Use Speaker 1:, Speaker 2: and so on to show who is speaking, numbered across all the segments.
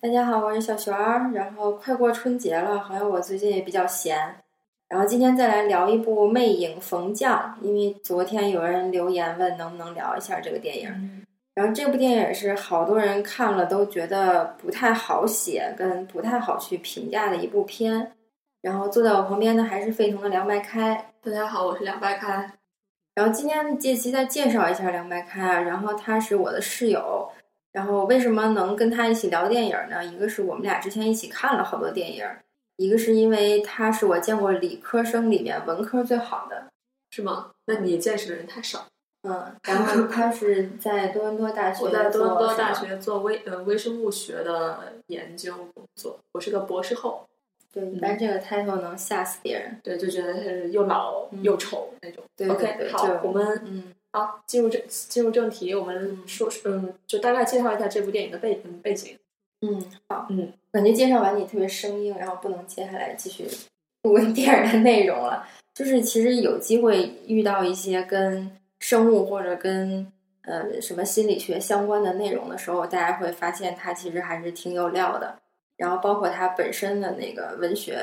Speaker 1: 大家好，我是小璇儿。然后快过春节了，好像我最近也比较闲。然后今天再来聊一部《魅影逢将》，因为昨天有人留言问能不能聊一下这个电影。
Speaker 2: 嗯
Speaker 1: 然后这部电影是好多人看了都觉得不太好写，跟不太好去评价的一部片。然后坐在我旁边的还是沸腾的凉白开，
Speaker 2: 大家好，我是凉白开。
Speaker 1: 然后今天借期再介绍一下梁白开啊，然后他是我的室友，然后为什么能跟他一起聊电影呢？一个是我们俩之前一起看了好多电影，一个是因为他是我见过理科生里面文科最好的，
Speaker 2: 是吗？那你见识的人太少。
Speaker 1: 嗯，然后他是在多伦多大学，
Speaker 2: 我在多伦多大，学做微呃微生物学的研究工作，我是个博士后，
Speaker 1: 对，
Speaker 2: 嗯
Speaker 1: 一般这个 title 能吓死别人，
Speaker 2: 对，就觉得是又老
Speaker 1: 嗯
Speaker 2: 又丑那种。
Speaker 1: 对
Speaker 2: OK，
Speaker 1: 对对，
Speaker 2: 好
Speaker 1: 就，
Speaker 2: 我们
Speaker 1: 嗯
Speaker 2: 好进入正进入正题，我们说嗯，就大概介绍一下这部电影的背嗯背景。
Speaker 1: 嗯好，
Speaker 2: 嗯，
Speaker 1: 感觉介绍完你特别生硬，然后不能接下来继续录 电影的内容了。就是其实有机会遇到一些跟生物或者跟呃什么心理学相关的内容的时候，大家会发现它其实还是挺有料的。然后包括它本身的那个文学，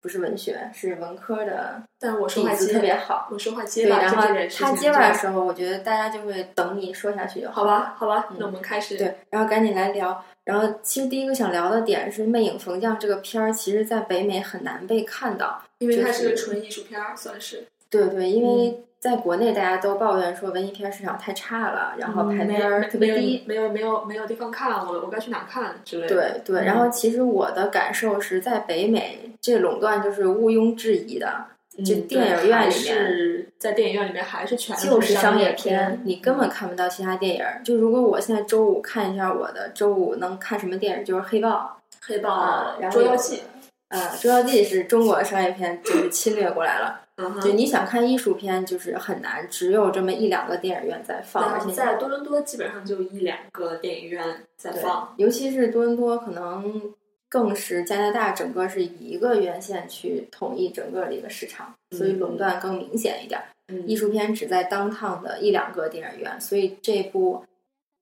Speaker 1: 不是文学，是文科的
Speaker 2: 但我说
Speaker 1: 底
Speaker 2: 话
Speaker 1: 子
Speaker 2: 结
Speaker 1: 特别好。
Speaker 2: 我说话结
Speaker 1: 对，
Speaker 2: 巴
Speaker 1: 然
Speaker 2: 这
Speaker 1: 后
Speaker 2: 件事情，
Speaker 1: 他结巴的时候，我觉得大家就会等你说下去就
Speaker 2: 好吧，好吧
Speaker 1: 嗯，
Speaker 2: 那我们开始。
Speaker 1: 对，然后赶紧来聊。然后其实第一个想聊的点是《魅影逢将》这个片儿，其实在北美很难被看到。
Speaker 2: 因为它
Speaker 1: 就是
Speaker 2: 个纯艺术片儿，算是。
Speaker 1: 对对，因
Speaker 2: 嗯
Speaker 1: 为在国内大家都抱怨说文艺片市场太差了，然后排
Speaker 2: 嗯没
Speaker 1: 片儿
Speaker 2: 没
Speaker 1: 特别低。
Speaker 2: 没有没有没有没有地方看，我我该去哪看之类的。
Speaker 1: 对对，然后
Speaker 2: 嗯
Speaker 1: 其实我的感受是在北美，这垄断就是毋庸置疑的，
Speaker 2: 嗯，
Speaker 1: 就
Speaker 2: 对
Speaker 1: 电影院
Speaker 2: 还
Speaker 1: 里面
Speaker 2: 是在电影院里面还是全
Speaker 1: 就是
Speaker 2: 商
Speaker 1: 商业
Speaker 2: 片嗯
Speaker 1: 片，，你根本看不到其他电影儿。就如果我现在周五看一下我的周五能看什么电影，就是《黑豹》。
Speaker 2: 黑
Speaker 1: 啊
Speaker 2: 豹、
Speaker 1: 然后
Speaker 2: 捉
Speaker 1: 有
Speaker 2: 妖记，
Speaker 1: 啊，《捉 妖记》是中国的商业片，就是侵略过来了。
Speaker 2: 嗯
Speaker 1: 就
Speaker 2: 哼。
Speaker 1: 你想看艺术片，就是很难，只有这么一两个电影院在放，而
Speaker 2: 然后
Speaker 1: 且
Speaker 2: 在多伦多基本上就一两个电影院在
Speaker 1: 对
Speaker 2: 放，，
Speaker 1: 尤其是多伦多，可能更是加拿大整个是一个院线去统一整个的一个市场，所以
Speaker 2: 嗯
Speaker 1: 垄断更明显一点。
Speaker 2: 嗯
Speaker 1: 艺术片只在当趟的一两个电影院，所以这部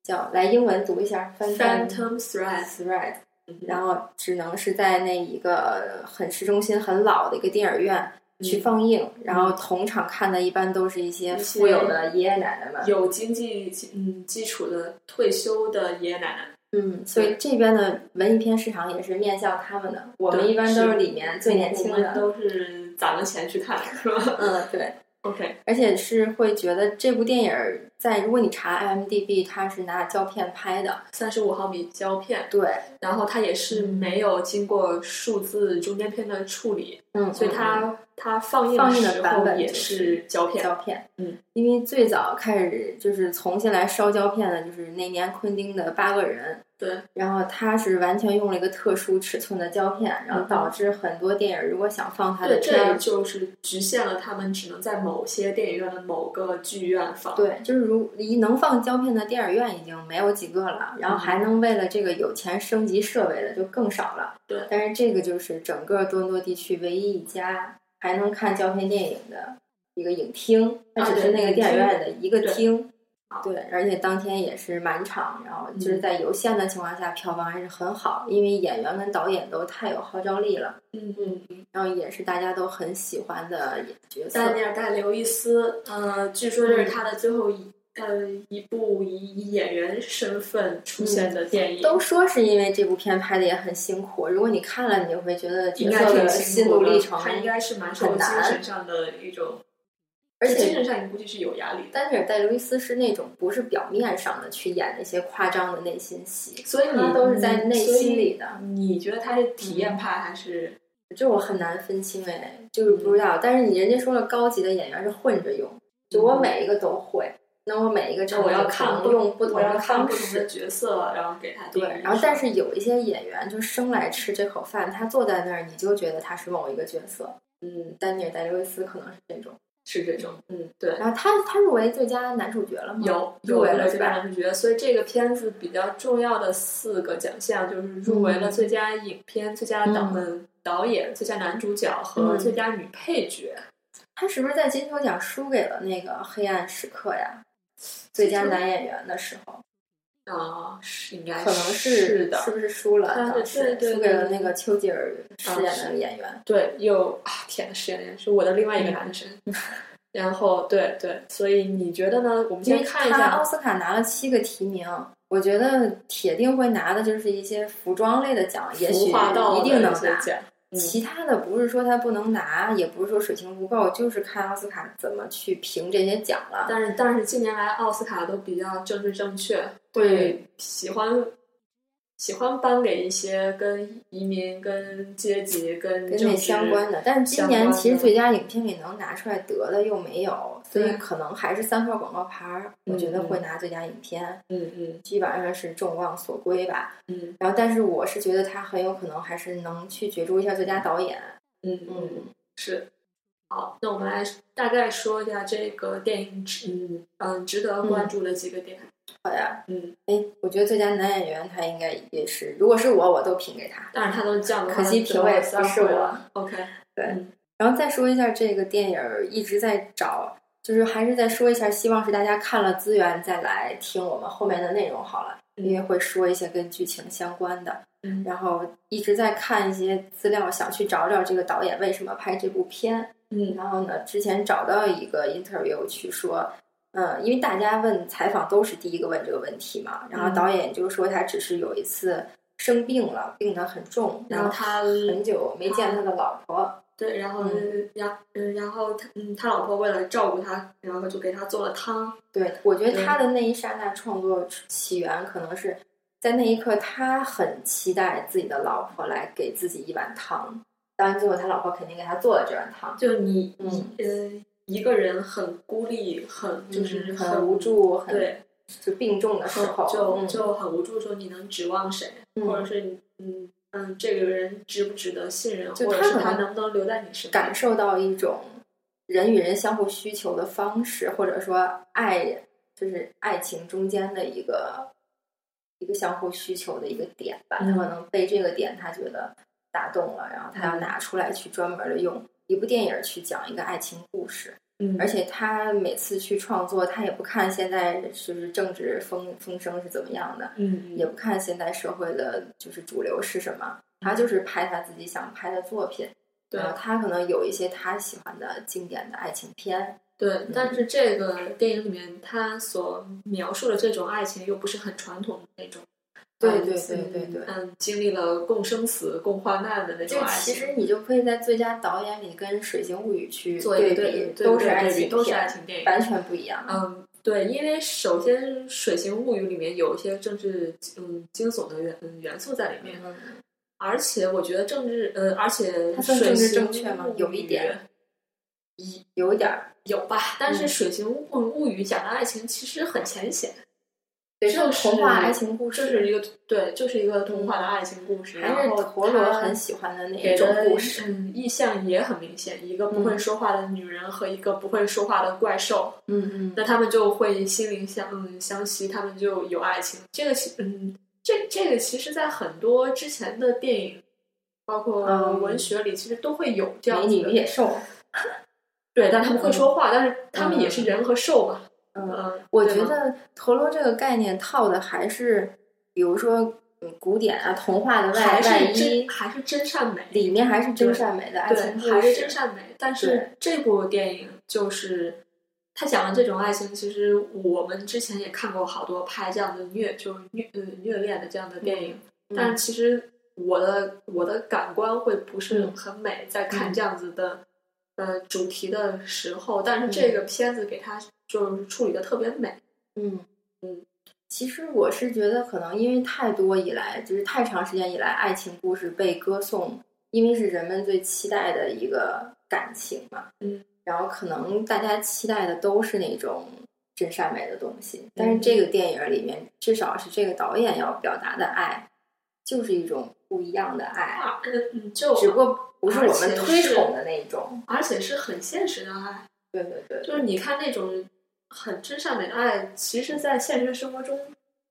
Speaker 1: 叫来英文读一下《Phantom
Speaker 2: Phantom Thread，
Speaker 1: Thread》，
Speaker 2: 嗯
Speaker 1: 然后只能是在那一个很市中心、很老的一个电影院去放映，然后同场看的一般都嗯是一些
Speaker 2: 一些
Speaker 1: 富有的爷爷奶奶们。
Speaker 2: 有经济嗯基础的退休的爷爷奶奶，
Speaker 1: 嗯，所以这边的文艺片市场也是面向他们的。我们
Speaker 2: 对
Speaker 1: 一般都
Speaker 2: 是
Speaker 1: 是里面最年轻
Speaker 2: 我们
Speaker 1: 的。
Speaker 2: 都是攒了钱去看，是吧
Speaker 1: 嗯，对，
Speaker 2: ？OK，
Speaker 1: 而且是会觉得这部电影儿在如果你查 IMDB，它是拿胶片拍的，
Speaker 2: 三十五毫米胶片，
Speaker 1: 对，
Speaker 2: 然后它也是
Speaker 1: 嗯
Speaker 2: 没有经过数字中间片的处理，
Speaker 1: 嗯，
Speaker 2: 所以
Speaker 1: 嗯
Speaker 2: 它它放映
Speaker 1: 放映的
Speaker 2: 时
Speaker 1: 版
Speaker 2: 候
Speaker 1: 本
Speaker 2: 也
Speaker 1: 就是
Speaker 2: 是胶
Speaker 1: 嗯
Speaker 2: 片。
Speaker 1: 胶片，
Speaker 2: 嗯，
Speaker 1: 因为最早开始就是重新来烧胶片的，就是那年昆汀的《八恶人》，
Speaker 2: 对，
Speaker 1: 然后他是完全用了一个特殊尺寸的胶片，然后
Speaker 2: 嗯哼
Speaker 1: 导致很多电影如果想放他的
Speaker 2: 对，
Speaker 1: 片
Speaker 2: 这
Speaker 1: 儿，
Speaker 2: 就是局限了他们只能在某些电影院的某个剧院放。
Speaker 1: 对，就是如一能放胶片的电影院已经没有几个了，然后还能为了这个有钱升级设备的就更少了。
Speaker 2: 对
Speaker 1: 但是这个就是整个多伦多地区唯一一家还能看胶片电影的一个影厅，它
Speaker 2: 啊
Speaker 1: 只是
Speaker 2: 对
Speaker 1: 那个
Speaker 2: 影
Speaker 1: 电影
Speaker 2: 厅
Speaker 1: 院的一个
Speaker 2: 对
Speaker 1: 厅
Speaker 2: 好。
Speaker 1: 对，而且当天也是满场，然后就是
Speaker 2: 嗯
Speaker 1: 在有限的情况下，票房还是很好，因为演员跟导演都太有号召力了，
Speaker 2: 嗯嗯。
Speaker 1: 然后也是大家都很喜欢的角色。
Speaker 2: 丹尼尔·戴·刘易斯，呃，据说这
Speaker 1: 嗯
Speaker 2: 是他的最后一呃一部以以演员身份出现的电影。
Speaker 1: 嗯都说是因为这部片拍的也很辛苦，如果你看了，你就会觉得角
Speaker 2: 应该
Speaker 1: 色
Speaker 2: 挺
Speaker 1: 心
Speaker 2: 辛
Speaker 1: 路
Speaker 2: 苦的
Speaker 1: 历程，
Speaker 2: 他应该是蛮受
Speaker 1: 很
Speaker 2: 精
Speaker 1: 难
Speaker 2: 神上的一种，
Speaker 1: 而
Speaker 2: 精
Speaker 1: 且
Speaker 2: 神上你估计是有压力的。
Speaker 1: 丹尼尔戴刘易斯是那种不是表面上的去演那些夸张的内心戏，
Speaker 2: 所以
Speaker 1: 他
Speaker 2: 你
Speaker 1: 都是在内心。
Speaker 2: 所以
Speaker 1: 里的，嗯
Speaker 2: 你觉得他是体验派还是？
Speaker 1: 这我很难分清哎，就是不知道。但是你人家说了，高级的演员是混着用，就我每一个都会，那我每一个
Speaker 2: 就
Speaker 1: 场
Speaker 2: 嗯我要
Speaker 1: 可能
Speaker 2: 看
Speaker 1: 用不同
Speaker 2: 我要
Speaker 1: 的
Speaker 2: 看
Speaker 1: 方
Speaker 2: 不同的
Speaker 1: 式。
Speaker 2: 角色，然后给他定
Speaker 1: 对
Speaker 2: 义，
Speaker 1: 然后但
Speaker 2: 是
Speaker 1: 是有一些演员就生来吃这口饭，他坐在那儿，你就觉得他是某一个角色。
Speaker 2: 嗯
Speaker 1: 丹尼尔戴刘易斯可能是这种。
Speaker 2: 是这种嗯对。
Speaker 1: 然后他他入围最佳男主角了吗？
Speaker 2: 有
Speaker 1: 入
Speaker 2: 入
Speaker 1: 围
Speaker 2: 围
Speaker 1: 了
Speaker 2: 了
Speaker 1: 是
Speaker 2: 最
Speaker 1: 吧
Speaker 2: 佳男主角，所以这个片子比较重要的四个奖项就是入围
Speaker 1: 嗯
Speaker 2: 了最佳影片、最佳导
Speaker 1: 嗯
Speaker 2: 嗯导演、最佳男主角和
Speaker 1: 嗯
Speaker 2: 最佳女配角。
Speaker 1: 他是不是在金球奖输给了那个《黑暗时刻》呀？最佳男演员的时候，
Speaker 2: 啊，是应该
Speaker 1: 可能
Speaker 2: 是的，
Speaker 1: 是不是输了？
Speaker 2: 啊对
Speaker 1: 当时
Speaker 2: 对对
Speaker 1: 输给了
Speaker 2: 对啊
Speaker 1: 那个丘吉尔饰演的演员。
Speaker 2: 对，又啊，天呐，实验是我的另
Speaker 1: 嗯
Speaker 2: 外一个男神。然后，对对，所以你觉得呢？我们
Speaker 1: 因
Speaker 2: 先
Speaker 1: 为
Speaker 2: 看一
Speaker 1: 他奥
Speaker 2: 下，
Speaker 1: 斯卡拿了七个提名，我觉得铁定会拿的就是一些服装类的奖，也许
Speaker 2: 服化道
Speaker 1: 一定能
Speaker 2: 的一
Speaker 1: 拿
Speaker 2: 些。奖嗯
Speaker 1: 其他的不是说他不能拿，也不是说水平不够，就是看奥斯卡怎么去评这些奖了。
Speaker 2: 但是，但是近年来奥斯卡都比较政治正确，
Speaker 1: 对
Speaker 2: 会喜欢喜欢颁给一些跟移民、跟阶级、跟
Speaker 1: 跟
Speaker 2: 政
Speaker 1: 那
Speaker 2: 治
Speaker 1: 相关的，但是今
Speaker 2: 相
Speaker 1: 年
Speaker 2: 关
Speaker 1: 其实
Speaker 2: 的
Speaker 1: 最佳影片里能拿出来得的又没有，所以
Speaker 2: 对
Speaker 1: 可能还是三块广告牌儿，我觉得会拿最佳影片，
Speaker 2: 嗯嗯
Speaker 1: 基本上是众望所归吧。
Speaker 2: 嗯
Speaker 1: 然后，但是我是觉得他很有可能还是能去角逐一下最佳导演。
Speaker 2: 嗯嗯，
Speaker 1: 嗯，
Speaker 2: 是。好，那我们来大概说一下这个电影值嗯嗯值得关注的几个点。
Speaker 1: 好呀，
Speaker 2: 嗯，
Speaker 1: 哎，我觉得最佳男演员他应该也是，如果是我，我都评给他。
Speaker 2: 但是他都降了，
Speaker 1: 可惜评委不是我。
Speaker 2: OK，
Speaker 1: 然后再说一下这个电影儿一直在找，就是还是再说一下，希望是大家看了资源再来听我们后面的内容好了，
Speaker 2: 嗯
Speaker 1: 因为会说一些跟剧情相关的。
Speaker 2: 嗯
Speaker 1: 然后一直在看一些资料，想去找找这个导演为什么拍这部片。
Speaker 2: 嗯
Speaker 1: 然后呢，之前找到一个 interview 去说。嗯，因为大家问采访都是第一个问这个问题嘛，然后
Speaker 2: 嗯
Speaker 1: 导演就说他只是有一次生病了，病得很重，然
Speaker 2: 然后
Speaker 1: 后
Speaker 2: 他
Speaker 1: 很久没见他的老婆，
Speaker 2: 对，然后然嗯，然后他嗯，他老婆为了照顾他，然后就给他做了汤。
Speaker 1: 对，我觉得他的那一刹那创作起源，可能是在那一刻，他很期待自己的老婆来给自己一碗汤。当然，最后他老婆肯定给他做了这碗汤，
Speaker 2: 就你
Speaker 1: 嗯
Speaker 2: 一呃一个人很孤立，嗯很就是
Speaker 1: 嗯很无，助，很
Speaker 2: 对，
Speaker 1: 就病重的时
Speaker 2: 很
Speaker 1: 候，
Speaker 2: 就
Speaker 1: 嗯
Speaker 2: 就很无助的时候，你能指望谁？或者
Speaker 1: 嗯，
Speaker 2: 是你嗯嗯，这个人值不值得信任，
Speaker 1: 就
Speaker 2: 或者
Speaker 1: 他
Speaker 2: 是
Speaker 1: 可
Speaker 2: 他
Speaker 1: 能
Speaker 2: 能不能留在你身边？
Speaker 1: 感受到一种人与人相互需求的方式，或者说爱，就是爱情中间的一个一个相互需求的一个点吧。
Speaker 2: 嗯
Speaker 1: 他可能被这个点，他觉得打动了，然后他要
Speaker 2: 嗯
Speaker 1: 拿出来去专门的用一部电影去讲一个爱情故事。
Speaker 2: 嗯
Speaker 1: 而且他每次去创作，他也不看现在就是政治风风声是怎么样的，
Speaker 2: 嗯
Speaker 1: 也不看现在社会的就是主流是什么，他就是拍他自己想拍的作品。
Speaker 2: 对
Speaker 1: 然后他可能有一些他喜欢的经典的爱情片，
Speaker 2: 对，但是这个电影里面他所描述的这种爱情又不是很传统的那种，
Speaker 1: 对
Speaker 2: 嗯
Speaker 1: 对对对对
Speaker 2: 嗯，经历了共生死、共患难的那种
Speaker 1: 就
Speaker 2: 爱
Speaker 1: 其
Speaker 2: 情，
Speaker 1: 实你就可以在最佳导演里跟《水形物语》去
Speaker 2: 做一个对
Speaker 1: 比，
Speaker 2: 比，对
Speaker 1: 都
Speaker 2: 对
Speaker 1: 是爱
Speaker 2: 对
Speaker 1: 情
Speaker 2: 比都是
Speaker 1: 片
Speaker 2: 爱情电影。
Speaker 1: 完全不一样。
Speaker 2: 嗯，对，因为首先《水形物语》里面有一些政治嗯惊悚的元嗯元素在里面，
Speaker 1: 嗯，
Speaker 2: 而且我觉得政治呃，而且
Speaker 1: 它算
Speaker 2: 水
Speaker 1: 政治
Speaker 2: 形
Speaker 1: 正确吗
Speaker 2: 物
Speaker 1: 有一
Speaker 2: 语
Speaker 1: 点有一点儿
Speaker 2: 有吧，但是
Speaker 1: 嗯
Speaker 2: 《水形物物语》讲的爱情其实很浅显。
Speaker 1: 对，
Speaker 2: 就是
Speaker 1: 童话爱情故
Speaker 2: 这
Speaker 1: 事，
Speaker 2: 是一个对，就是一个童话的爱情故事，
Speaker 1: 还是
Speaker 2: 然后
Speaker 1: 陀螺
Speaker 2: 它
Speaker 1: 很喜欢的那
Speaker 2: 给
Speaker 1: 一种
Speaker 2: 的
Speaker 1: 故事。
Speaker 2: 嗯，意象也很明显，一个不
Speaker 1: 嗯
Speaker 2: 会说话的女人和一个不会说话的怪兽，
Speaker 1: 嗯
Speaker 2: 那他们就会心灵相嗯相惜，他们就有爱情。这个其嗯，这这个其实，在很多之前的电影，包括
Speaker 1: 嗯
Speaker 2: 文学里，其实都会有
Speaker 1: 嗯，
Speaker 2: 这样
Speaker 1: 美
Speaker 2: 子
Speaker 1: 女
Speaker 2: 的
Speaker 1: 与野兽。
Speaker 2: 对，但他们会说话，但是他们也是人和兽嘛。
Speaker 1: 嗯
Speaker 2: 嗯，
Speaker 1: 我
Speaker 2: 对
Speaker 1: 觉
Speaker 2: 吗
Speaker 1: 得陀螺这个概念套的还是，比如说嗯古典啊、童话的外
Speaker 2: 还
Speaker 1: 外
Speaker 2: 是
Speaker 1: 衣
Speaker 2: 真，还是真善美。
Speaker 1: 里面还是真
Speaker 2: 对
Speaker 1: 善美的爱
Speaker 2: 对
Speaker 1: 情，故
Speaker 2: 还是
Speaker 1: 事
Speaker 2: 真善美。但
Speaker 1: 对
Speaker 2: 是这部电影就是他讲的这种爱情，其实我们之前也看过好多拍这样的虐，就是虐呃虐恋的这样的电影，
Speaker 1: 嗯
Speaker 2: 但其实我的我的感官会不是
Speaker 1: 嗯
Speaker 2: 很美，在看
Speaker 1: 嗯
Speaker 2: 这样子的、呃主题的时候，但是这个片子给他就是处理的特别美。
Speaker 1: 嗯
Speaker 2: 嗯，
Speaker 1: 其实我是觉得，可能因为太多以来，就是太长时间以来，爱情故事被歌颂，因为是人们最期待的一个感情嘛。
Speaker 2: 嗯，
Speaker 1: 然后可能大家期待的都是那种真善美的东西，但是
Speaker 2: 嗯
Speaker 1: 这个电影里面，至少是这个导演要表达的爱，就是一种不一样的爱，
Speaker 2: 啊，嗯嗯，就
Speaker 1: 只不过不是我们
Speaker 2: 而且是
Speaker 1: 推崇的那种。
Speaker 2: 而且是很现实的爱，
Speaker 1: 对对对，
Speaker 2: 就是你看那种很真善美的爱，其实，在现实生活中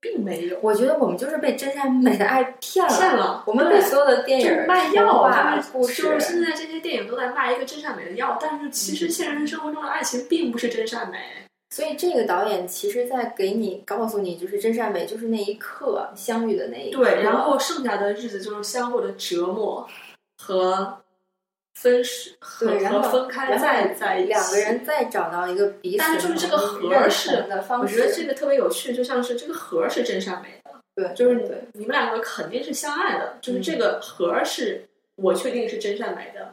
Speaker 2: 并没有。
Speaker 1: 我觉得我们就是被真善美的爱骗了，
Speaker 2: 骗了
Speaker 1: 我们
Speaker 2: 对
Speaker 1: 被所有的电
Speaker 2: 就是
Speaker 1: 影
Speaker 2: 卖
Speaker 1: 童
Speaker 2: 药，啊
Speaker 1: 话
Speaker 2: 就是
Speaker 1: 故事
Speaker 2: 就是现
Speaker 1: 嗯
Speaker 2: 在这些电影都在卖一个真善美的药，但是其实现实生活中的爱情并不是真善美。
Speaker 1: 所以这个导演其实，在给你告诉你，就是真善美，就是那一刻相遇的那一刻。
Speaker 2: 对，然后剩下的日子就是相互的折磨和分手和
Speaker 1: 对，然
Speaker 2: 和
Speaker 1: 后
Speaker 2: 分开
Speaker 1: 然后
Speaker 2: 再在一起。
Speaker 1: 两个人再找到一个彼此，
Speaker 2: 但是就是这个合适
Speaker 1: 的
Speaker 2: 我
Speaker 1: 方式，
Speaker 2: 觉得这个特别有趣，就像是这个核儿是真善美的，
Speaker 1: 对，
Speaker 2: 就是
Speaker 1: 对
Speaker 2: 你们两个肯定是相爱的，就是
Speaker 1: 嗯
Speaker 2: 这个核儿是我确定是真善美的，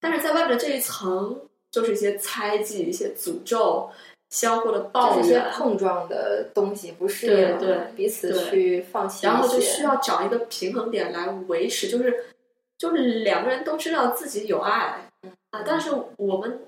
Speaker 2: 但是在外面的这一层就是一些猜忌、一些诅咒、相互的抱
Speaker 1: 这些
Speaker 2: 怨，
Speaker 1: 碰撞的东西不适应，
Speaker 2: 对对
Speaker 1: 彼此
Speaker 2: 对
Speaker 1: 去放弃一些，
Speaker 2: 然后就需要找一个平衡点来维持，就是就是两个人都知道自己有爱啊，但是我们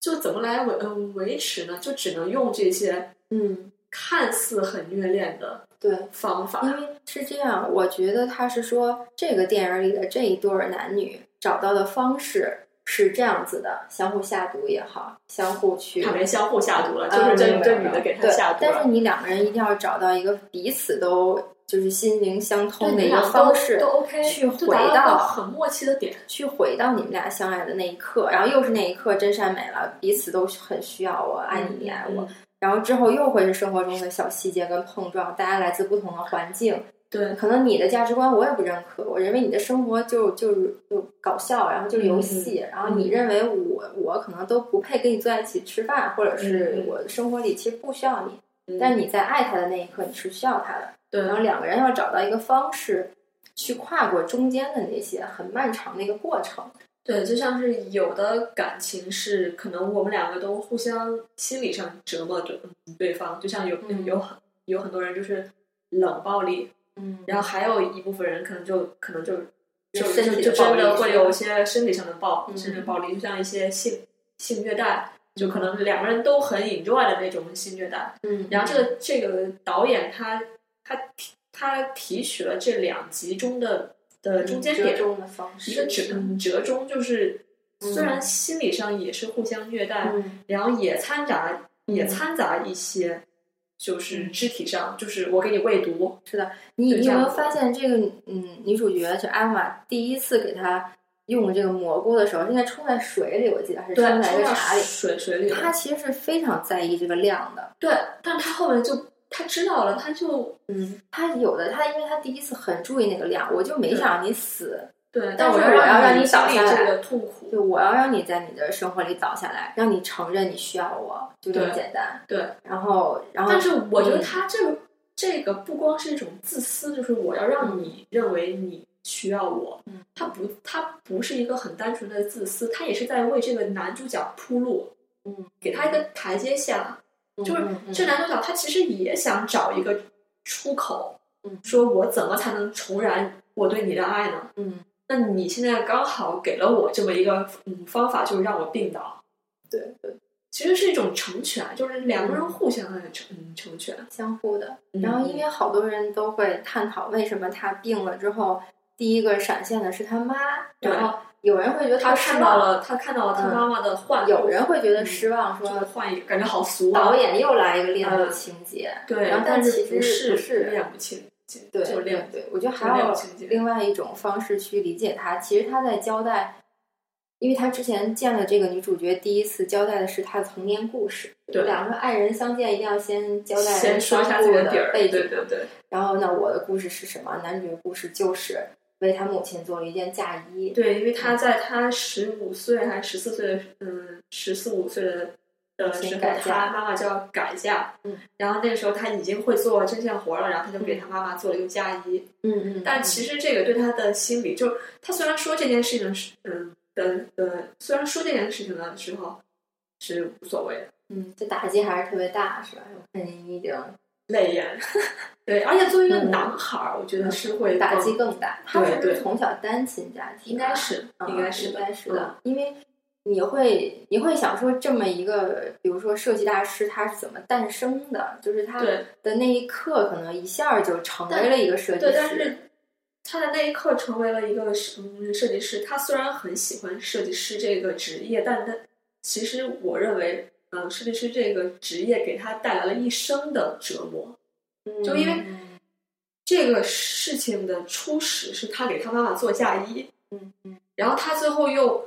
Speaker 2: 就怎么来维呃维持呢？就只能用这些
Speaker 1: 嗯，
Speaker 2: 看似很虐恋的
Speaker 1: 对，
Speaker 2: 方法，
Speaker 1: 因为是这样，我觉得他是说这个电影里的这一对儿男女找到的方式是这样子的，相互下毒也好，相互去
Speaker 2: 他。们相互下毒了，
Speaker 1: 啊
Speaker 2: 就是
Speaker 1: 没
Speaker 2: 这
Speaker 1: 有
Speaker 2: 这
Speaker 1: 没有
Speaker 2: 女的给他
Speaker 1: 对
Speaker 2: 下毒
Speaker 1: 但
Speaker 2: 了
Speaker 1: 是。你两个人一定要找到一个彼此都就是心灵相
Speaker 2: 对
Speaker 1: 通的一
Speaker 2: 你俩
Speaker 1: 个
Speaker 2: 都
Speaker 1: 方式
Speaker 2: 都 OK，
Speaker 1: 去
Speaker 2: 就达
Speaker 1: 回
Speaker 2: 到
Speaker 1: 到
Speaker 2: 很默契的点。
Speaker 1: 去回到你们俩相爱的那一刻，然后又是那一刻真善美了，彼此都很需要我，爱你，你爱我。
Speaker 2: 嗯
Speaker 1: 然后之后又会是生活中的小细节跟碰撞，大家来自不同的环境，
Speaker 2: 对，
Speaker 1: 可能你的价值观我也不认可，我认为你的生活就就是就搞笑，然后就是
Speaker 2: 嗯
Speaker 1: 游戏，然后你认为我我可能都不配跟你坐在一起吃饭，或者
Speaker 2: 嗯
Speaker 1: 是
Speaker 2: 嗯
Speaker 1: 我生活里其实不需要你，
Speaker 2: 嗯
Speaker 1: 但是你在爱他的那一刻你是需要他的，
Speaker 2: 对，
Speaker 1: 然后两个人要找到一个方式去跨过中间的那些很漫长的一个过程。
Speaker 2: 对，就像是有的感情是可能我们两个都互相心理上折磨着对方，就像有、
Speaker 1: 嗯
Speaker 2: 有很有很多人就是冷暴力，
Speaker 1: 嗯，
Speaker 2: 然后还有一部分人可能就可能就就
Speaker 1: 就
Speaker 2: 就
Speaker 1: 身体
Speaker 2: 就
Speaker 1: 的暴
Speaker 2: 真
Speaker 1: 力
Speaker 2: 的会
Speaker 1: 是吧
Speaker 2: 有一些身体上的暴
Speaker 1: 嗯
Speaker 2: 甚至暴力，就像一些性性虐待，就可能两个人都很 enjoy 的那种性虐待。
Speaker 1: 嗯，
Speaker 2: 然后这个这个导演他他提他提取了这两集中的的中间点，
Speaker 1: 嗯中的方式，
Speaker 2: 一个嗯折折中，就是
Speaker 1: 嗯
Speaker 2: 虽然心理上也是互相虐待，
Speaker 1: 嗯
Speaker 2: 然后也掺杂也
Speaker 1: 嗯
Speaker 2: 掺杂一些，就是肢体上，就是我给你喂毒，
Speaker 1: 你
Speaker 2: 对
Speaker 1: 你
Speaker 2: 这
Speaker 1: 有
Speaker 2: 样
Speaker 1: 没有
Speaker 2: 子
Speaker 1: 发现这个嗯女主角就艾玛第一次给她用这个蘑菇的时候，应该冲在水里，我记得还是
Speaker 2: 对，
Speaker 1: 冲
Speaker 2: 冲
Speaker 1: 在一个
Speaker 2: 到
Speaker 1: 茶里。
Speaker 2: 水水里了，
Speaker 1: 她其实是非常在意这个量的，
Speaker 2: 对，但是他后面就他知道了，他就
Speaker 1: 嗯，她有的她因为她第一次很注意那个量，我就没想让你死，
Speaker 2: 对，
Speaker 1: 但
Speaker 2: 是
Speaker 1: 我要让你
Speaker 2: 经
Speaker 1: 倒
Speaker 2: 历
Speaker 1: 下来
Speaker 2: 这个痛苦，
Speaker 1: 就我要让你在你的生活里倒下来，让你承认你需要我，就这么
Speaker 2: 对
Speaker 1: 简单。
Speaker 2: 对，
Speaker 1: 然后，然后
Speaker 2: 但是我觉得他这个、这个不光是一种自私，就是我要让你认为你需要我
Speaker 1: 嗯，
Speaker 2: 他不他不是一个很单纯的自私，他也是在为这个男主角铺路，
Speaker 1: 嗯，
Speaker 2: 给他一个台阶下。就是
Speaker 1: 嗯嗯
Speaker 2: 这男主角他其实也想找一个出口，
Speaker 1: 嗯
Speaker 2: 说我怎么才能重燃我对你的爱呢？
Speaker 1: 嗯，
Speaker 2: 那你现在刚好给了我这么一个嗯方法，就是让我病倒，
Speaker 1: 对对，
Speaker 2: 其实是一种成全，就是两个人互相的成嗯成全。
Speaker 1: 相互的。
Speaker 2: 然
Speaker 1: 然
Speaker 2: 后
Speaker 1: 后，
Speaker 2: 因
Speaker 1: 因
Speaker 2: 为
Speaker 1: 为好多人都会探讨为什么他病了之后，第一个闪现的是他妈，
Speaker 2: 对
Speaker 1: 然后有人会觉得
Speaker 2: 他
Speaker 1: 失
Speaker 2: 看
Speaker 1: 望
Speaker 2: 到，了，他看到了他妈妈的幻，
Speaker 1: 嗯有人会觉得失望，
Speaker 2: 就是
Speaker 1: 说呃
Speaker 2: 幻影，感觉好俗啊。
Speaker 1: 导演又来一个恋母情节。
Speaker 2: 对，
Speaker 1: 然后
Speaker 2: 但
Speaker 1: 但
Speaker 2: 是
Speaker 1: 其实
Speaker 2: 不是
Speaker 1: 不是
Speaker 2: 恋母情节，
Speaker 1: 对
Speaker 2: 就是
Speaker 1: 对
Speaker 2: 恋
Speaker 1: 对，我觉得
Speaker 2: 就
Speaker 1: 还
Speaker 2: 恋
Speaker 1: 有
Speaker 2: 母情节
Speaker 1: 另外一种方式去理解他。其实他在交代，因为他之前见了这个女主角第一次交代的是她的童年故事，
Speaker 2: 对
Speaker 1: 两个爱人相见一定要先交代
Speaker 2: 先说一下
Speaker 1: 相
Speaker 2: 这
Speaker 1: 互
Speaker 2: 个
Speaker 1: 的
Speaker 2: 底儿，
Speaker 1: 背
Speaker 2: 对
Speaker 1: 景
Speaker 2: 对对，
Speaker 1: 然后呢，我的故事是什么？男主的故事就是为他母亲做了一件嫁衣。
Speaker 2: 对，因为他在他十五岁还是十四岁的，嗯，十四五岁的的时候
Speaker 1: 先，改嫁
Speaker 2: 他妈妈就要改嫁，
Speaker 1: 嗯，
Speaker 2: 然后那个时候他已经会做针线活了，然后他就给他妈妈做了一个嫁衣，
Speaker 1: 嗯嗯
Speaker 2: 但其实这个对他的心理，就是他虽然说这件事情是，嗯的的，虽然说这件事情的时候是无所谓的，
Speaker 1: 嗯，这打击还是特别大，是吧？我看你已经
Speaker 2: 泪眼， 对，而且作为一个
Speaker 1: 嗯
Speaker 2: 男孩儿，我觉得是会
Speaker 1: 打
Speaker 2: 更
Speaker 1: 击，更大。他是不
Speaker 2: 对
Speaker 1: 是从小单亲家庭啊？
Speaker 2: 嗯应该是，
Speaker 1: 嗯，
Speaker 2: 应该是
Speaker 1: 应
Speaker 2: 的，嗯
Speaker 1: 该是的，因为你会你会想说，这么一个，比如说设计大师，他是怎么诞生的？就是他
Speaker 2: 对
Speaker 1: 的那一刻，可能一下就成为
Speaker 2: 但
Speaker 1: 了一个设计
Speaker 2: 对，
Speaker 1: 师。
Speaker 2: 但是他的那一刻成为了一个设嗯设计师。他虽然很喜欢设计师这个职业，但他其实我认为，嗯，设计师这个职业给他带来了一生的折磨。就因为
Speaker 1: 嗯
Speaker 2: 这个事情的初始是他给他妈妈做嫁衣，
Speaker 1: 嗯嗯
Speaker 2: 然后他最后又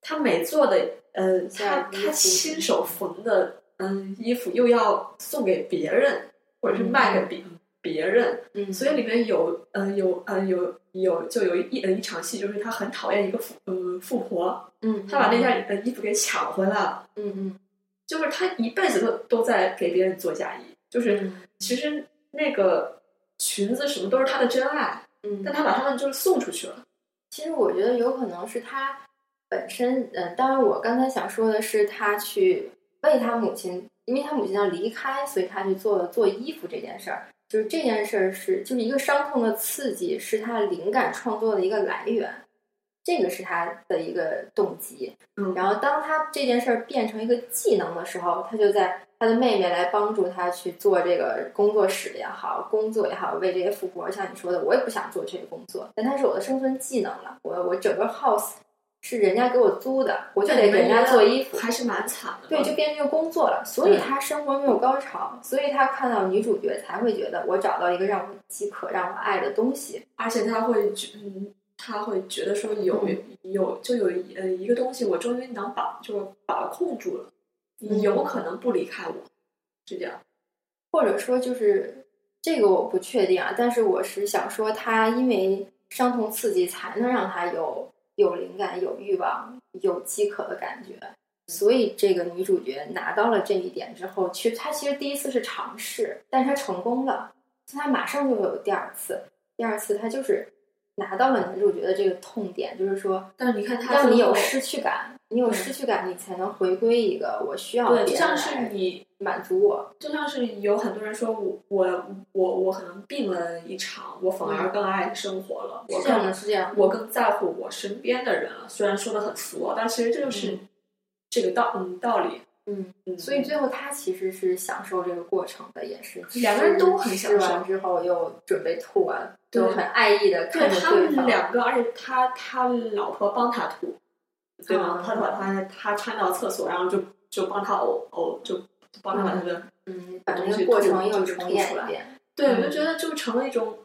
Speaker 2: 他每做的呃，
Speaker 1: 嫁
Speaker 2: 他
Speaker 1: 衣
Speaker 2: 他亲手缝的嗯衣服又要送给别人，或者是卖给别、别人，
Speaker 1: 嗯，
Speaker 2: 所以里面有呃有呃有有就有一呃一场戏，就是她很讨厌一个富嗯、富婆，
Speaker 1: 嗯，
Speaker 2: 她把那件呃衣服给抢回来了，
Speaker 1: 嗯嗯
Speaker 2: 就是她一辈子都都在给别人做嫁衣，就是
Speaker 1: 嗯
Speaker 2: 其实那个裙子什么都是她的真爱，
Speaker 1: 嗯，
Speaker 2: 但她把它们就是送出去了，
Speaker 1: 其实我觉得有可能是他本身，嗯，当然我刚才想说的是他去为他母亲，因为他母亲要离开，所以他去做做衣服这件事儿。就是这件事儿是就是一个伤痛的刺激，是他灵感创作的一个来源，这个是他的一个动机。
Speaker 2: 嗯
Speaker 1: 然后当他这件事儿变成一个技能的时候，他就在他的妹妹来帮助他去做这个工作室也好，工作也好，为这些富婆，像你说的，我也不想做这个工作，但它是我的生存技能了。我我整个 house 是人家给我租的，我就得给人家做衣服。
Speaker 2: 还是蛮惨的，
Speaker 1: 对，就变成一个工作了，所以
Speaker 2: 嗯对
Speaker 1: 他生活没有高潮，所以他看到女主角才会觉得我找到一个让我饥渴、让我爱的东西。
Speaker 2: 而且他会觉，嗯，他会觉得说有、有就有一呃一个东西，我终于能把就是把控住了，你
Speaker 1: 嗯
Speaker 2: 有可能不离开我，是这样。
Speaker 1: 或者说就是这个我不确定啊，但是我是想说，他因为伤痛刺激才能让他有有灵感、有欲望、有饥渴的感觉，所以这个女主角拿到了这一点之后，其实她其实第一次是尝试，但是她成功了，所以她马上就会有第二次，第二次她就是。拿到了女主角的这个痛点，就是说，
Speaker 2: 但是你看他
Speaker 1: 让你
Speaker 2: 最
Speaker 1: 有
Speaker 2: 后
Speaker 1: 失去感，你有
Speaker 2: 对
Speaker 1: 失去感，你才能回归一个我需要
Speaker 2: 对，就
Speaker 1: 别
Speaker 2: 像
Speaker 1: 人
Speaker 2: 是
Speaker 1: 来
Speaker 2: 你，
Speaker 1: 满足我。
Speaker 2: 就像是有很多人说我我我我可能病了一场，我反而更爱生活了，我
Speaker 1: 是这样的，
Speaker 2: 更
Speaker 1: 是这样的。
Speaker 2: 我更在乎我身边的人了。虽然说的很俗啊，但其实这就是
Speaker 1: 嗯
Speaker 2: 这个道嗯道理。
Speaker 1: 嗯，
Speaker 2: 嗯，
Speaker 1: 所以最后他其实是享受这个过程的，也是
Speaker 2: 两个人都很享受
Speaker 1: 吃完之后又准备吐完，
Speaker 2: 对
Speaker 1: 都很爱意的
Speaker 2: 对
Speaker 1: 看着
Speaker 2: 他
Speaker 1: 方。
Speaker 2: 们两个，而且他他老婆帮他吐，对
Speaker 1: 啊
Speaker 2: 吗？他把他他搀到厕所，然后就就帮他呕呕，就帮他把那个。
Speaker 1: 嗯，把那个过程又重演一遍。
Speaker 2: 对，我
Speaker 1: 嗯
Speaker 2: 就觉得就成了一种，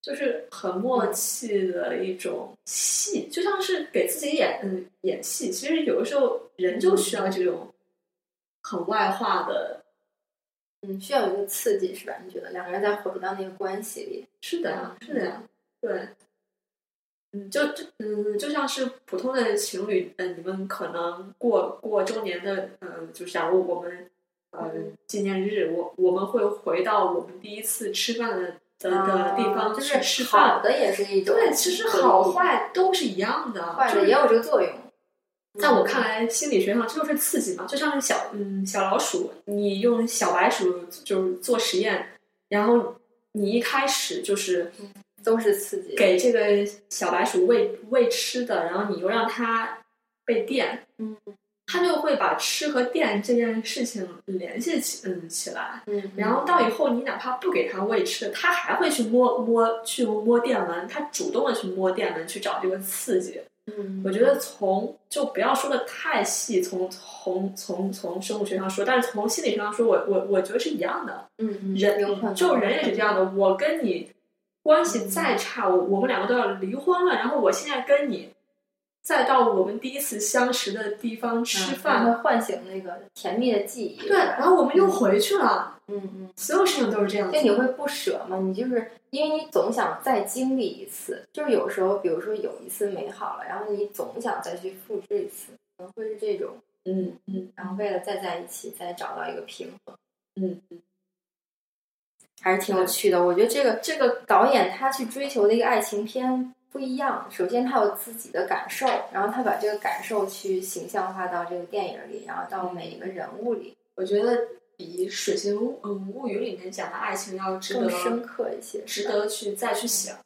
Speaker 2: 就是很默契的一种戏，就像是给自己演嗯演戏。其实有的时候人就需要这种很外化的。
Speaker 1: 嗯，需要有一个刺激，是吧？你觉得两个人再回到那个关系里，
Speaker 2: 是的呀，是的呀，对。嗯，就就嗯，就像是普通的情侣，嗯、你们可能过过周年的，嗯、就假如我们，呃
Speaker 1: 嗯，
Speaker 2: 纪念日，我我们会回到我们第一次吃饭的的的地
Speaker 1: 啊
Speaker 2: 方
Speaker 1: 就
Speaker 2: 去
Speaker 1: 是
Speaker 2: 吃
Speaker 1: 好
Speaker 2: 饭。
Speaker 1: 的也是一种
Speaker 2: 对，其实
Speaker 1: 回忆
Speaker 2: 好坏都是一样的，嗯
Speaker 1: 坏
Speaker 2: 就
Speaker 1: 的
Speaker 2: 是
Speaker 1: 也有这个作用。嗯
Speaker 2: 在我看来，心理学上这就是刺激嘛，就像是小嗯小老鼠，你用小白鼠就是做实验，然后你一开始就是
Speaker 1: 嗯都是刺激，
Speaker 2: 给这个小白鼠喂喂吃的，然后你又让它被电，
Speaker 1: 嗯，
Speaker 2: 它就会把吃和电这件事情联系起嗯起来。
Speaker 1: 嗯，
Speaker 2: 然后到以后，你哪怕不给它喂吃的，它还会去摸摸去摸电门，它主动的去摸电门去找这个刺激。
Speaker 1: 嗯，
Speaker 2: 我觉得从就不要说的太细，从从从从生物学上说，但是从心理学上说，我我我觉得是一样的。
Speaker 1: 嗯嗯
Speaker 2: 人
Speaker 1: 有可能
Speaker 2: 就人也是这样的，我跟你关系再差，我我们两个都要离婚了，然后我现在跟你，再到我们第一次相识的地方吃
Speaker 1: 嗯
Speaker 2: 饭，
Speaker 1: 会唤醒那个甜蜜的记忆。
Speaker 2: 对，然后我们又回去了，
Speaker 1: 嗯嗯。
Speaker 2: 所有事情都是这样子
Speaker 1: 所以。你会不舍吗？你就是因为你总想再经历一次，就是有时候，比如说有一次美好了，然后你总想再去复制一次，可能会是这种，
Speaker 2: 嗯嗯，
Speaker 1: 然后为了再在一起，再找到一个平衡，
Speaker 2: 嗯，
Speaker 1: 还是挺有趣的。我觉得这个
Speaker 2: 这个
Speaker 1: 导演他去追求的一个爱情片不一样，首先他有自己的感受，然后他把这个感受去形象化到这个电影里，然后到每一个人物里
Speaker 2: 我觉得比《水形物嗯物语》里面讲的爱情要值
Speaker 1: 更
Speaker 2: 得
Speaker 1: 深刻一些，
Speaker 2: 值
Speaker 1: 是吧
Speaker 2: 得去再去想。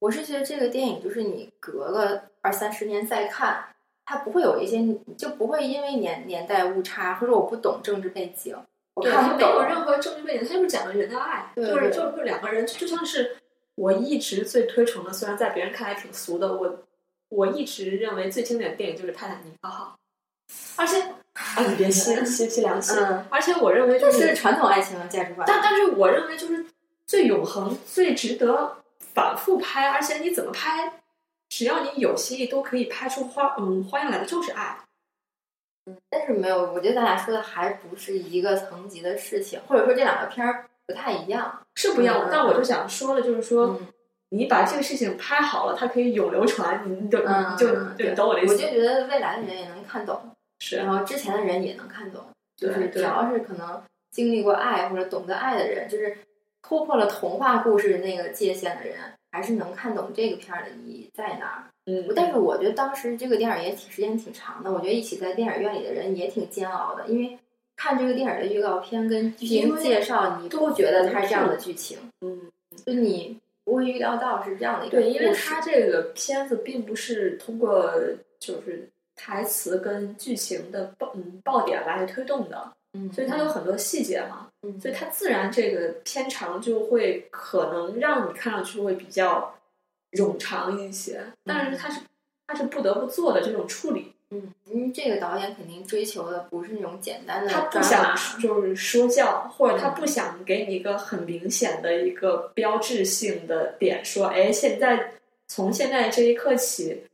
Speaker 1: 我是觉得这个电影就是你隔个二三十年再看，它不会有一些就不会因为年年代误差或者我不懂政治背景，我
Speaker 2: 对，
Speaker 1: 看
Speaker 2: 他
Speaker 1: 不
Speaker 2: 没有
Speaker 1: 懂。
Speaker 2: 任何政治背景，他就是讲的人的爱，
Speaker 1: 对
Speaker 2: 就
Speaker 1: 对
Speaker 2: 是就是两个人，就像是我一直最推崇的，虽然在别人看来挺俗的，我我一直认为最经典的电影就是《泰坦尼克号》，而 且
Speaker 1: 哎
Speaker 2: 啊，你别 吸吸吸凉气，
Speaker 1: 嗯，
Speaker 2: 而且我认为就
Speaker 1: 这
Speaker 2: 是
Speaker 1: 是，传统爱情的价值观。
Speaker 2: 嗯但但是我认为就是最永恒、最值得反复拍，而且你怎么拍，只要你有心意，都可以拍出花嗯花样来的，就是爱。
Speaker 1: 但是没有，我觉得咱俩说的还不是一个层级的事情，或者说这两个片儿不太一样。
Speaker 2: 是不一样
Speaker 1: 嗯
Speaker 2: 的。但我就想说了，就是说。
Speaker 1: 嗯，
Speaker 2: 你把这个事情拍好了，它可以永流传，你懂，
Speaker 1: 嗯
Speaker 2: 你就
Speaker 1: 对
Speaker 2: 就嗯你懂我的意
Speaker 1: 我
Speaker 2: 思
Speaker 1: 就觉得未来的人也能看懂，
Speaker 2: 是
Speaker 1: 然后之前的人也能看懂，就
Speaker 2: 对
Speaker 1: 是只
Speaker 2: 对
Speaker 1: 要是可能经历过爱或者懂得爱的人，就是突破了童话故事那个界限的人，还是能看懂这个片儿的意义在哪儿。
Speaker 2: 嗯
Speaker 1: 我，但是我觉得当时这个电影也挺时间挺长的，我觉得一起在电影院里的人也挺煎熬的，因为看这个电影的预告片跟剧
Speaker 2: 因
Speaker 1: 情
Speaker 2: 为
Speaker 1: 介绍，你不觉得它是这样的剧情，
Speaker 2: 嗯，
Speaker 1: 就你不会预料到是这样的一个
Speaker 2: 对，因为
Speaker 1: 故事
Speaker 2: 它这个片子并不是通过就是台词跟剧情的爆嗯爆点来推动的，
Speaker 1: 嗯，
Speaker 2: 所以它有很多细节嘛，
Speaker 1: 嗯，
Speaker 2: 所以它自然这个片长就会可能让你看上去会比较冗长一些，但是它是它是不得不做的这种处理，
Speaker 1: 嗯，因为这个导演肯定追求的不是那种简单的
Speaker 2: 他不
Speaker 1: 抓
Speaker 2: 想
Speaker 1: 马
Speaker 2: 就是说教，或者他
Speaker 1: 嗯
Speaker 2: 不想给你一个很明显的一个标志性的点，说，哎，现在从现在这一刻起，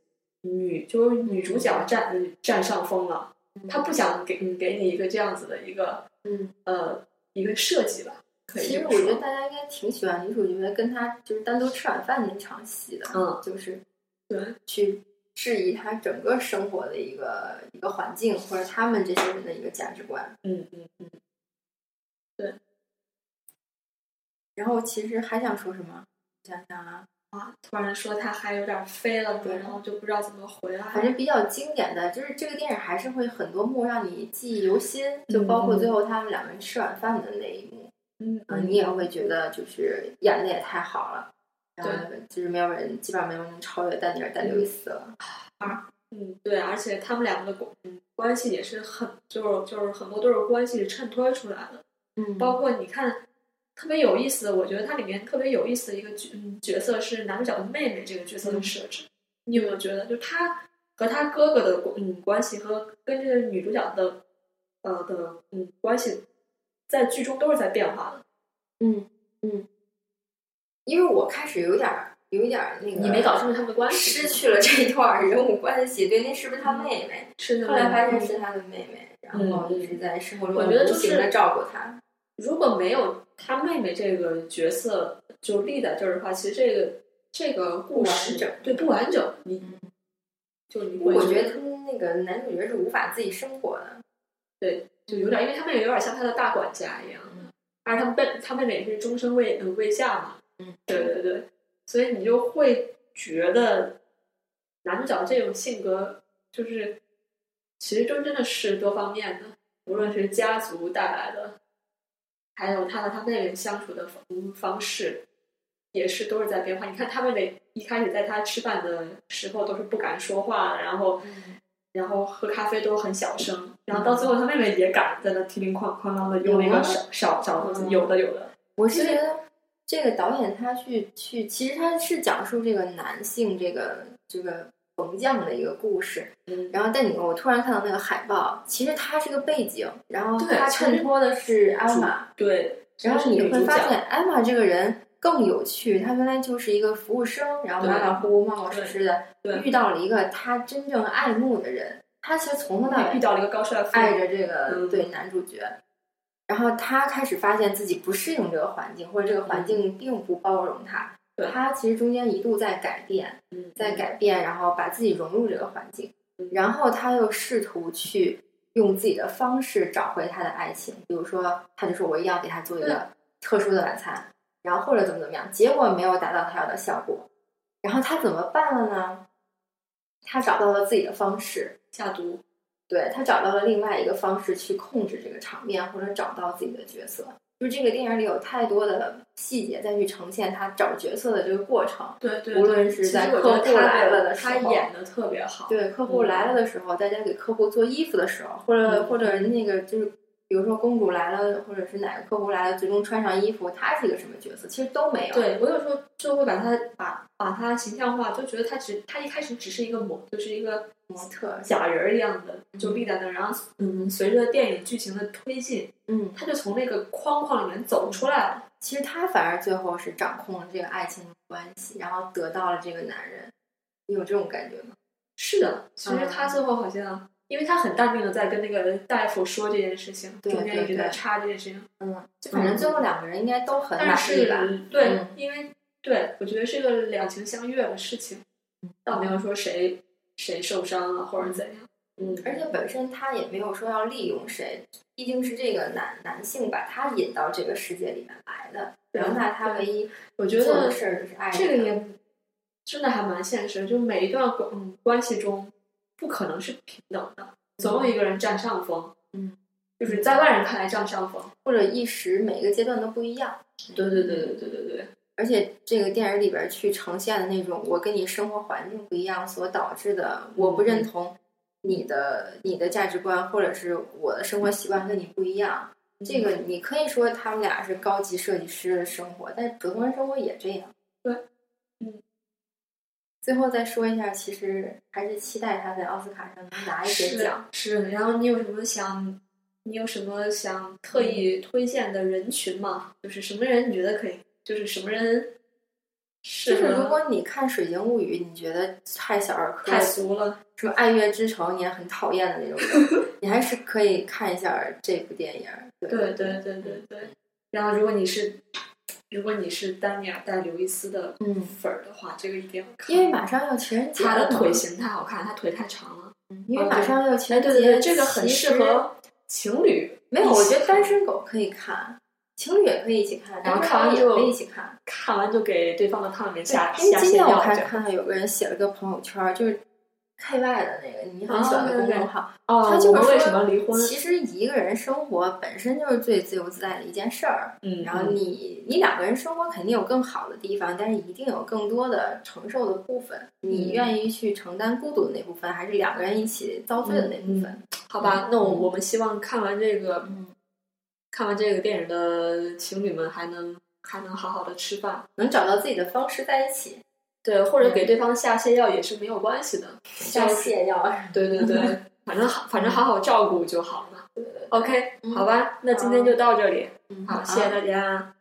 Speaker 2: 女就是女主角占占上风了。他不想给你给你一个这样子的一个
Speaker 1: 嗯
Speaker 2: 呃一个设计吧，可以
Speaker 1: 其
Speaker 2: 这
Speaker 1: 实
Speaker 2: 么
Speaker 1: 我觉得
Speaker 2: 说。
Speaker 1: 大家应该挺喜欢女主角跟她就是单独吃晚饭那场戏的，
Speaker 2: 嗯，
Speaker 1: 就是嗯
Speaker 2: 对，
Speaker 1: 去质疑她整个生活的一个一个环境或者他们这些人的一个价值观。
Speaker 2: 嗯嗯嗯，
Speaker 1: 然后其实还想说什么？想想啊，
Speaker 2: 突然说他还有点飞了嘛，
Speaker 1: 对
Speaker 2: 然后就不知道怎么回来。
Speaker 1: 反正比较经典的就是这个电影还是会很多幕让你记忆犹新，就包括最后他们两个人吃晚饭的那一幕，
Speaker 2: 嗯
Speaker 1: 嗯，你也会觉得就是演的也太好了，然后就是没有人基本上没有人能超越丹尼尔戴刘易斯了。
Speaker 2: 嗯，对，而且他们两个的关嗯关系也是很，就是就是很多都是关系衬托出来的，
Speaker 1: 嗯
Speaker 2: 包括你看特别有意思，我觉得它里面特别有意思的一个角嗯角色是男主角的妹妹这个角色的设置，你有没有觉得，就他和他哥哥的嗯关系和跟这个女主角的呃的嗯关系，在剧中都是在变化的，
Speaker 1: 嗯嗯，因为我开始有点儿有一点儿那个，
Speaker 2: 你没搞清楚他嗯们的关系，
Speaker 1: 失去了这一段人物关系，对，那是不是他妹妹？
Speaker 2: 是的
Speaker 1: 后来发现是他的妹妹，然后一直在生活中
Speaker 2: 嗯我觉得
Speaker 1: 无
Speaker 2: 就是
Speaker 1: 形的照顾他。
Speaker 2: 如果没有他妹妹这个角色就立在这儿的话，其实这个这个
Speaker 1: 不
Speaker 2: 故事
Speaker 1: 完整
Speaker 2: 对不完整，嗯你、就你会
Speaker 1: 我觉得他们那个男主角是无法自己生活的，
Speaker 2: 就有点，因为他妹妹有点像他的大管家一样
Speaker 1: 嗯，
Speaker 2: 而啊他妹他妹妹也是终身未呃未嫁嘛，
Speaker 1: 嗯，
Speaker 2: 对对对，所以你就会觉得男主角这种性格就是其实就真的是多方面的，无论是家族带来的，还有他和他妹妹相处的方方式，也是都是在变化。你看他妹妹一开始在他吃饭的时候都是不敢说话，然后、
Speaker 1: 嗯
Speaker 2: 然后喝咖啡都很小声，然后到最后他妹妹也敢在那叮叮哐哐啷的用那
Speaker 1: 有吗啊
Speaker 2: 个勺勺勺子，
Speaker 1: 嗯
Speaker 2: 有的有的，
Speaker 1: 我是觉得这个导演他去去，其实他是讲述这个男性这个这个缝匠的一个故事。
Speaker 2: 嗯
Speaker 1: 然后，但你我突然看到那个海报，其实它是个背景，然后
Speaker 2: 对
Speaker 1: 它
Speaker 2: 其实
Speaker 1: 衬托的是艾玛。
Speaker 2: 对，
Speaker 1: 然后你
Speaker 2: 这
Speaker 1: 会
Speaker 2: 是女主角
Speaker 1: 发现，艾玛这个人更有趣。她原来就是一个服务生，然后
Speaker 2: 对
Speaker 1: 马马虎虎、冒冒失失的
Speaker 2: 对，
Speaker 1: 遇到了一个她真正爱慕的人。她其实从头到
Speaker 2: 遇
Speaker 1: 尾
Speaker 2: 到了一个高帅富，
Speaker 1: 爱着这个
Speaker 2: 嗯
Speaker 1: 对男主角，然后她开始发现自己不适应这个环境，或者这个环境并不包容她
Speaker 2: 嗯对。
Speaker 1: 她其实中间一度在改变，
Speaker 2: 嗯
Speaker 1: 在改变，然后把自己融入这个环境
Speaker 2: 嗯，
Speaker 1: 然后他又试图去用自己的方式找回他的爱情，比如说，他就说我一定要给他做一个特殊的晚餐，然后或者怎么怎么样，结果没有达到他要的效果，然后他怎么办了呢？他找到了自己的方式，
Speaker 2: 下毒，
Speaker 1: 对他找到了另外一个方式去控制这个场面，或者找到自己的角色。就是这个电影里有太多的细节再去呈现他找角色的这个过程，
Speaker 2: 对对，
Speaker 1: 无论
Speaker 2: 对
Speaker 1: 是
Speaker 2: 其实
Speaker 1: 在
Speaker 2: 我觉得
Speaker 1: 客户
Speaker 2: 他
Speaker 1: 来了的时
Speaker 2: 他
Speaker 1: 候
Speaker 2: 演的特别好，
Speaker 1: 对客户
Speaker 2: 嗯
Speaker 1: 来了的时候，大家给客户做衣服的时候，或者
Speaker 2: 嗯
Speaker 1: 或者那个就是，比如说公主来了，或者是哪个客户来了，最终穿上衣服，她是一个什么角色，其实都没有。
Speaker 2: 对我有时候就会把他把把他形象化，就觉得他只他一开始只是一个模，就是一个
Speaker 1: 模特
Speaker 2: 假人儿一样的就立在那儿，然后嗯，随着电影剧情的推进，
Speaker 1: 嗯，
Speaker 2: 他就从那个框框里面走出来了。
Speaker 1: 其实她反而最后是掌控了这个爱情的关系，然后得到了这个男人。你有这种感觉吗？嗯
Speaker 2: 是的，其实他最后好像因为他很淡定的在跟那个大夫说这件事情，
Speaker 1: 对
Speaker 2: 中间一直
Speaker 1: 对
Speaker 2: 在
Speaker 1: 对
Speaker 2: 插这件事情，
Speaker 1: 嗯，就反正最后两个人应该都很
Speaker 2: 但
Speaker 1: 呃满意
Speaker 2: 是
Speaker 1: 吧。
Speaker 2: 对，
Speaker 1: 嗯
Speaker 2: 因为对我觉得是个两情相悦的事情，
Speaker 1: 嗯
Speaker 2: 倒没有说谁谁受伤了或者怎样，
Speaker 1: 嗯，而且本身他也没有说要利用谁，毕竟是这个男男性把他引到这个世界里面来的。
Speaker 2: 对
Speaker 1: 然后那他唯一
Speaker 2: 我觉
Speaker 1: 做
Speaker 2: 得
Speaker 1: 的事儿就是爱
Speaker 2: 这个
Speaker 1: 人
Speaker 2: 也真的还蛮现实的，就每一段关嗯关系中不可能是平等的，总有一个人占上风。
Speaker 1: 嗯，
Speaker 2: 就是在外人看来占上风。
Speaker 1: 或者一时每个阶段都不一样。
Speaker 2: 对对对对对对对，
Speaker 1: 而且这个电影里边去呈现的那种我跟你生活环境不一样所导致
Speaker 2: 嗯
Speaker 1: 的，我不认同你的你的价值观，或者是我的生活习惯跟你不一样。
Speaker 2: 嗯
Speaker 1: 这个你可以说他们俩是高级设计师的生活，但普通人生活也这样。
Speaker 2: 对，嗯。
Speaker 1: 最后再说一下，其实还是期待他在奥斯卡上能拿一些
Speaker 2: 是
Speaker 1: 奖。
Speaker 2: 是。然后你有什么想，你有什么想特意推荐的人群吗？就是什么人你觉得可以，就是什么人适
Speaker 1: 就是如
Speaker 2: 合？
Speaker 1: 果你看《水晶物语》，你觉得太小儿科、
Speaker 2: 太俗了，
Speaker 1: 什么爱乐之城，你也很讨厌的那种 人，你还是可以看一下这部电影。
Speaker 2: 对对对对对。然后如果你是，如果你是丹尼尔戴刘易斯的
Speaker 1: 嗯
Speaker 2: 粉儿的话，这个一定要看。
Speaker 1: 因为马上要情人节
Speaker 2: 他
Speaker 1: 了
Speaker 2: 的
Speaker 1: 嘛
Speaker 2: 腿，型太好看，他腿太长了。
Speaker 1: 因为马上要情
Speaker 2: 哎，
Speaker 1: 人
Speaker 2: 对
Speaker 1: 节，
Speaker 2: 对对，这个很
Speaker 1: 其实
Speaker 2: 适。合情侣。
Speaker 1: 没有，我觉
Speaker 2: 一
Speaker 1: 得
Speaker 2: 起
Speaker 1: 单身狗可以看，情侣也可以一起看，
Speaker 2: 然后
Speaker 1: 单身
Speaker 2: 看
Speaker 1: 狗
Speaker 2: 完
Speaker 1: 也
Speaker 2: 就
Speaker 1: 可以一起看。
Speaker 2: 看完就给对方的烫脸下
Speaker 1: 因
Speaker 2: 下
Speaker 1: 为今
Speaker 2: 线
Speaker 1: 天我
Speaker 2: 药
Speaker 1: 还
Speaker 2: 这样。
Speaker 1: 看到有个人写了个朋友圈，就是 KY 的那个你很喜欢的
Speaker 2: 哦
Speaker 1: 公众号。
Speaker 2: 哦，
Speaker 1: 他就是
Speaker 2: 我们
Speaker 1: 说
Speaker 2: 为什么离婚？
Speaker 1: 其实一个人生活本身就是最自由自在的一件事儿。
Speaker 2: 嗯，
Speaker 1: 然后你你两个人生活肯定有更好的地方，但是一定有更多的承受的部分。
Speaker 2: 嗯
Speaker 1: 你愿意去承担孤独的那部分，还是两个人一起遭罪的那
Speaker 2: 嗯
Speaker 1: 部分？
Speaker 2: 好吧，那我
Speaker 1: 嗯
Speaker 2: 我们希望看完这个
Speaker 1: 嗯，
Speaker 2: 看完这个电影的情侣们还能还能好好的吃饭，
Speaker 1: 能找到自己的方式在一起。
Speaker 2: 对，或者给
Speaker 1: 嗯
Speaker 2: 对方下泻药也是没有关系的。
Speaker 1: 下泻药，
Speaker 2: 对对对，
Speaker 1: 嗯
Speaker 2: 反正好，反正好好照顾就好了。OK，
Speaker 1: 嗯
Speaker 2: 好吧，那今天就到这里，
Speaker 1: 嗯
Speaker 2: 好，谢谢大家。